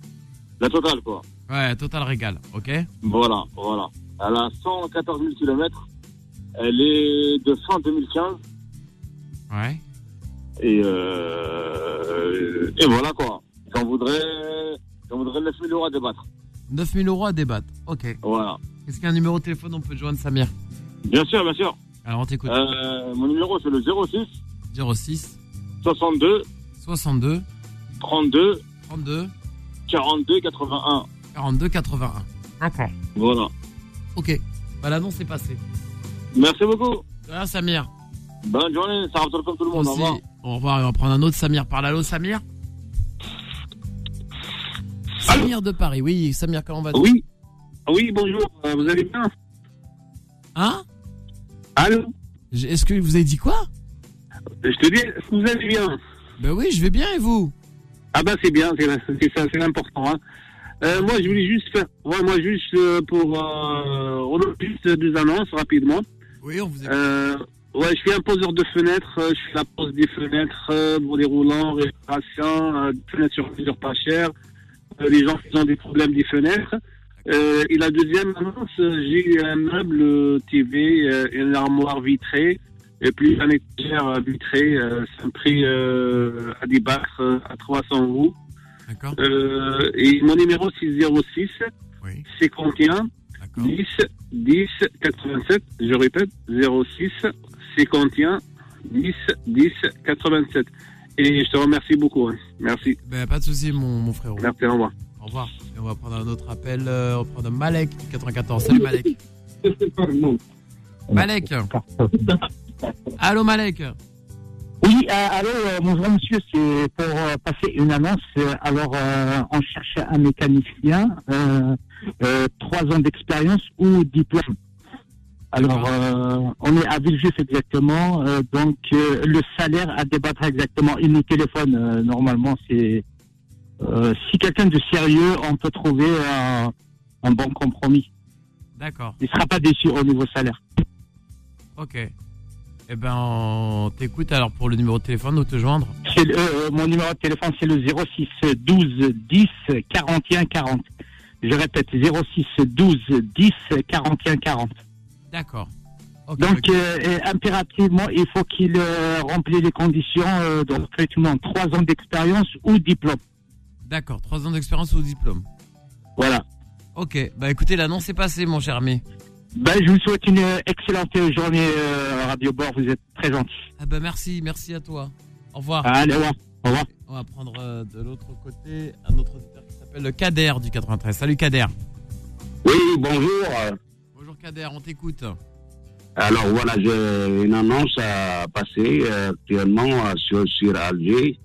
[SPEAKER 15] la totale quoi.
[SPEAKER 3] Ouais, total régal, ok
[SPEAKER 15] Voilà, voilà. Elle a 114 000 km, elle est de fin 2015
[SPEAKER 3] Ouais.
[SPEAKER 15] et, euh, et voilà quoi. J'en voudrais, j'en voudrais 9 000 euros à débattre.
[SPEAKER 3] 9000 euros à débattre, ok.
[SPEAKER 15] Voilà.
[SPEAKER 3] Est-ce qu'il y a un numéro de téléphone on peut te joindre Samir
[SPEAKER 15] Bien sûr, bien sûr.
[SPEAKER 3] Alors on t'écoute.
[SPEAKER 15] Euh, mon numéro c'est le 06
[SPEAKER 3] 06
[SPEAKER 15] 62
[SPEAKER 3] 62
[SPEAKER 15] 32
[SPEAKER 3] 32
[SPEAKER 15] 42 81.
[SPEAKER 3] 42 81. D'accord.
[SPEAKER 15] Voilà.
[SPEAKER 3] Ok, bah l'annonce est passée.
[SPEAKER 15] Merci beaucoup.
[SPEAKER 3] Voilà Samir.
[SPEAKER 15] Bonne journée, ça retourne comme tout le monde. Au
[SPEAKER 3] Aussi,
[SPEAKER 15] revoir.
[SPEAKER 3] au revoir, et on va prendre un autre Samir par là, l'eau Samir Samir de Paris, oui, Samir, comment vas-tu
[SPEAKER 16] Oui. Oui, bonjour, euh, vous allez bien
[SPEAKER 3] Hein
[SPEAKER 16] Allô
[SPEAKER 3] J- Est-ce que vous avez dit quoi
[SPEAKER 16] Je te dis, est-ce que vous allez bien
[SPEAKER 3] Ben oui, je vais bien et vous
[SPEAKER 16] Ah ben c'est bien, c'est la- c'est ça, c'est l'important. hein. Euh, moi je voulais juste faire, ouais, moi juste euh, pour, euh, on a juste deux annonces rapidement.
[SPEAKER 3] Oui, on vous
[SPEAKER 16] Euh, ouais, je suis un poseur de fenêtres, euh, je fais la pose des fenêtres euh, pour des roulants, réparation, euh, des fenêtres sur plusieurs pas chères, euh, les gens qui ont des problèmes des fenêtres. Euh, et la deuxième annonce, euh, j'ai un meuble euh, TV, euh, une armoire vitrée, et puis un étagère euh, vitrée, euh, c'est un prix euh, à débattre euh, à 300 euros.
[SPEAKER 3] D'accord.
[SPEAKER 16] Euh, et mon numéro c'est 06 51 10 10 87. Je répète 06 51 10 10 87. Et je te remercie beaucoup. hein. Merci.
[SPEAKER 3] Ben pas de soucis, mon, mon frérot.
[SPEAKER 16] Merci, au revoir.
[SPEAKER 3] Au revoir. Et on va prendre un autre appel, euh, on va prendre Malek, 94. Salut Malek. Malek. Allô Malek.
[SPEAKER 17] Oui, euh, allô, euh, bonjour monsieur, c'est pour euh, passer une annonce. Euh, Alors, euh, on cherche un mécanicien, euh, euh, trois ans d'expérience ou diplôme. Alors, euh, on est à Villejuif exactement, euh, donc euh, le salaire à débattre exactement. Il nous téléphone, euh, normalement, c'est... euh, si quelqu'un de sérieux, on peut trouver un, un bon compromis.
[SPEAKER 3] D'accord,
[SPEAKER 17] Il sera pas déçu au niveau salaire.
[SPEAKER 3] ok. Eh ben, on t'écoute alors pour le numéro de téléphone ou te joindre
[SPEAKER 17] C'est le- euh, mon numéro de téléphone, c'est le 06 12 10 41 40. Je répète, 06 12 10 41 40.
[SPEAKER 3] D'accord.
[SPEAKER 17] donc, euh, et impérativement, il faut qu'il euh, remplisse les conditions euh, de recrutement. Trois ans d'expérience ou diplôme.
[SPEAKER 3] D'accord, 3 ans d'expérience ou diplôme.
[SPEAKER 17] Voilà.
[SPEAKER 3] Ok, bah écoutez, l'annonce est passée, mon cher ami.
[SPEAKER 17] Ben, je vous souhaite une euh, excellente journée, euh, Radio Bord. Vous êtes très gentils.
[SPEAKER 3] Ah bah merci, merci à toi. Au revoir.
[SPEAKER 17] Allez, au revoir. Au revoir.
[SPEAKER 3] On va prendre euh, de l'autre côté un autre auditeur qui s'appelle le Kader du 93. Salut Kader.
[SPEAKER 18] Oui, bonjour.
[SPEAKER 3] Bonjour Kader, on t'écoute.
[SPEAKER 18] Alors voilà, j'ai une annonce à passer euh, actuellement euh, sur, sur Alger.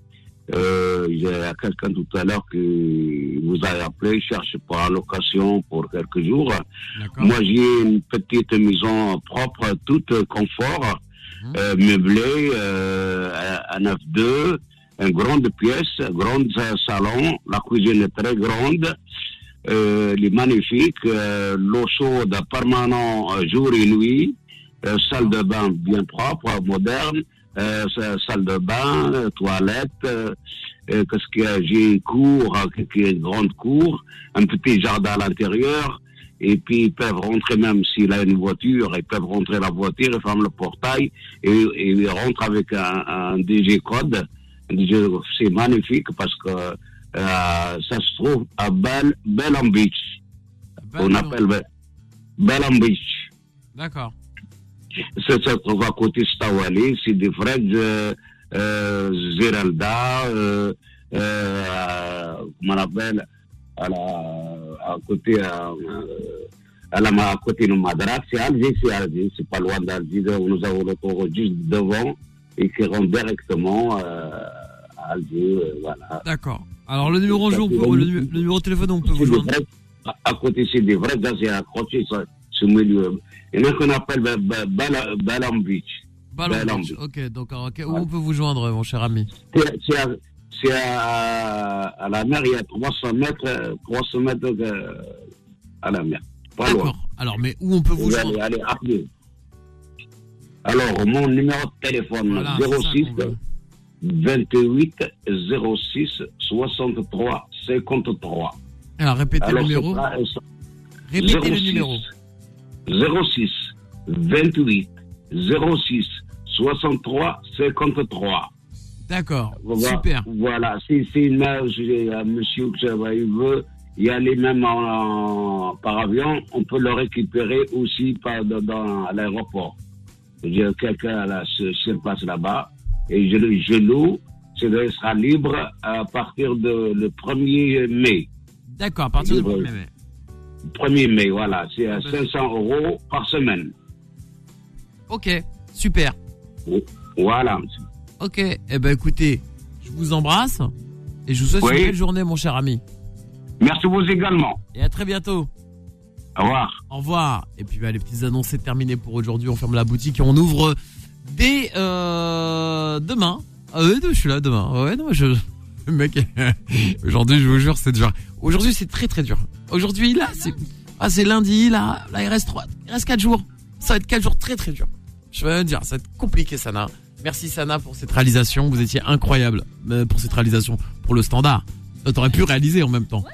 [SPEAKER 18] Euh, il y a quelqu'un tout à l'heure qui vous a appelé, cherche pour allocation pour quelques jours. Moi, j'ai une petite maison propre, toute confort, euh, meublée, euh, un F2, une grande pièce, un grand euh, salon. La cuisine est très grande. Euh, il est magnifique. Euh, L'eau chaude permanent euh, jour et nuit. Euh, salle de bain bien propre, moderne. Euh, sa- salle de bain, euh, toilette. euh, euh, Qu'est-ce qu'il y a J'ai une cour, euh, qui qui est une grande cour, un petit jardin à l'intérieur. Et puis ils peuvent rentrer même s'il a une voiture, ils peuvent rentrer la voiture, ils ferment le portail et, et ils rentrent avec un, un DG code. Un DG, C'est magnifique parce que euh, ça se trouve à Bel Bellam Beach. On appelle Bel Bellam Beach.
[SPEAKER 3] D'accord.
[SPEAKER 18] Ça se trouve à côté de Stawali, c'est des frères de euh, Zeralda, euh, euh, comment on appelle, à, la, à côté, à, euh, à, la, à côté de Madras, c'est Alger, c'est Alger, c'est pas loin d'Alger, nous avons l'autoroute juste devant et qui rentre directement euh, à Alger, euh, voilà.
[SPEAKER 3] D'accord. Alors le numéro, jour, on peut- le, nu- le numéro de téléphone, on peut vous
[SPEAKER 18] C'est des
[SPEAKER 3] joindre.
[SPEAKER 18] vrais- à- à côté, c'est des vrais gazés accrochés sur ce milieu. Il y en a qu'on appelle Ba- Ba- Bala- Balam Beach.
[SPEAKER 3] Ballon.
[SPEAKER 18] Beach.
[SPEAKER 3] Ok, donc alors, ok, où on peut vous joindre, mon cher ami
[SPEAKER 18] C'est- C'est à, c'est à, à la mer, il y a 300 mètres, euh, 300 mètres euh, à la mer. Pas loin.
[SPEAKER 3] Alors, mais où on peut vous
[SPEAKER 18] Vous
[SPEAKER 3] joindre
[SPEAKER 18] allez, allez, appelez. Alors, mon numéro de téléphone,
[SPEAKER 3] Voilà, c'est ça
[SPEAKER 18] 06 28 06 63 53.
[SPEAKER 3] Alors, répétez le
[SPEAKER 18] Alors, euh,
[SPEAKER 3] numéro.
[SPEAKER 18] ce sera- ce-
[SPEAKER 3] Répétez le
[SPEAKER 18] 06,
[SPEAKER 3] numéro.
[SPEAKER 18] 06 28 06 63 53.
[SPEAKER 3] D'accord.
[SPEAKER 18] Voilà,
[SPEAKER 3] Super.
[SPEAKER 18] Voilà, si, si ma- j'ai un monsieur que ça va, il veut y aller même en, en- par avion, on peut le récupérer aussi par, dans, dans- à l'aéroport. J'ai quelqu'un là, se, se passe là-bas et je, le- je loue. C'est il sera libre à partir de le 1er mai.
[SPEAKER 3] D'accord, à partir du
[SPEAKER 18] Libre.
[SPEAKER 3] 1er mai. Ah ben.
[SPEAKER 18] 1er mai, voilà. C'est à 500 euros par semaine.
[SPEAKER 3] Ok, super.
[SPEAKER 18] Voilà.
[SPEAKER 3] Ok, eh ben écoutez, je vous embrasse et je vous souhaite
[SPEAKER 18] Oui.
[SPEAKER 3] une belle journée, mon cher ami.
[SPEAKER 18] Merci vous également.
[SPEAKER 3] Et à très bientôt.
[SPEAKER 18] Au revoir.
[SPEAKER 3] Au revoir. Et puis bah, les petites annonces, c'est terminé pour aujourd'hui. On ferme la boutique et on ouvre dès euh, demain. Ah ouais, je suis là demain. Ouais, non, je. le Mec, (laughs) aujourd'hui, je vous jure, c'est dur. Aujourd'hui, c'est très très dur. Aujourd'hui, là, c'est. Ah, c'est lundi, là, là, il reste 3, il reste 4 jours. Ça va être 4 jours très très durs. Je vais rien dire, ça va être compliqué, Sana. Merci, Sana, pour cette réalisation. Vous étiez incroyable euh, pour cette réalisation, pour le standard. Euh, T'aurais pu réaliser en même temps.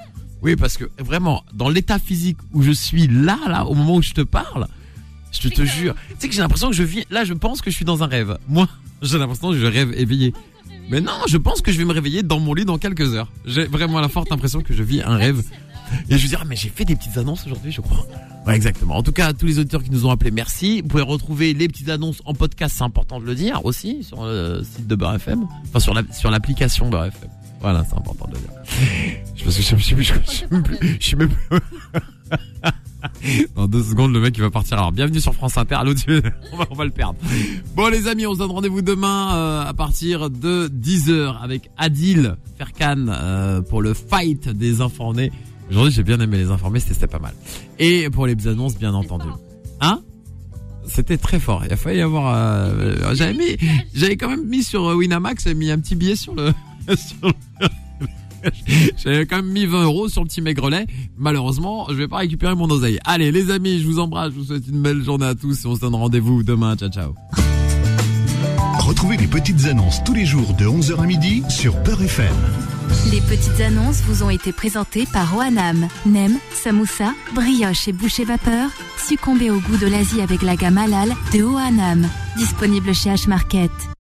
[SPEAKER 3] Oui, parce que vraiment, dans l'état physique où je suis là, là, au moment où je te parle, je te jure, tu sais que j'ai l'impression que je vis. Là, je pense que je suis dans un rêve. Moi, (laughs) j'ai l'impression que je rêve éveillé. Mais non, je pense que je vais me réveiller dans mon lit dans quelques heures. J'ai vraiment la forte impression que je vis un rêve. Et je me dis, ah, mais j'ai fait des petites annonces aujourd'hui, je crois. Ouais, exactement. En tout cas, à tous les auditeurs qui nous ont appelés, merci. Vous pouvez retrouver les petites annonces en podcast, c'est important de le dire aussi, sur le site de Beurre FM. Enfin, sur la- sur l'application Beurre FM. Voilà, c'est important de le dire. Je, parce que je, je- je- je- je- je-
[SPEAKER 8] (laughs)
[SPEAKER 3] je suis même plus- Dans deux secondes, le mec, il va partir. Alors, bienvenue sur France Inter. Allô, Dieu, (laughs) on va, on va le perdre. Bon, les amis, on se donne rendez-vous demain euh, à partir de 10h avec Adil Ferkan euh, pour le fight des enfants nés. Aujourd'hui, j'ai bien aimé les informés, c'était c'était pas mal. Et pour les annonces, bien entendu. Hein C'était très fort. Il a failli y avoir. euh, j'avais mis, j'avais quand même mis sur euh, Winamax, j'avais mis un petit billet sur le. (laughs) sur le- (laughs) J'avais quand même mis 20 euros sur le petit maigrelet. Malheureusement, je vais pas récupérer mon oseille. Allez, les amis, je vous embrasse. Je vous souhaite une belle journée à tous. Et on se donne rendez-vous demain. Ciao, ciao.
[SPEAKER 2] Retrouvez les petites annonces tous les jours de 11h à midi sur Peur FM.
[SPEAKER 1] Les petites annonces vous ont été présentées par Oanam. Nem, samoussa, brioche et boucher vapeur. Succombez au goût de l'Asie avec la gamme halal de Oanam. Disponible chez H-Market.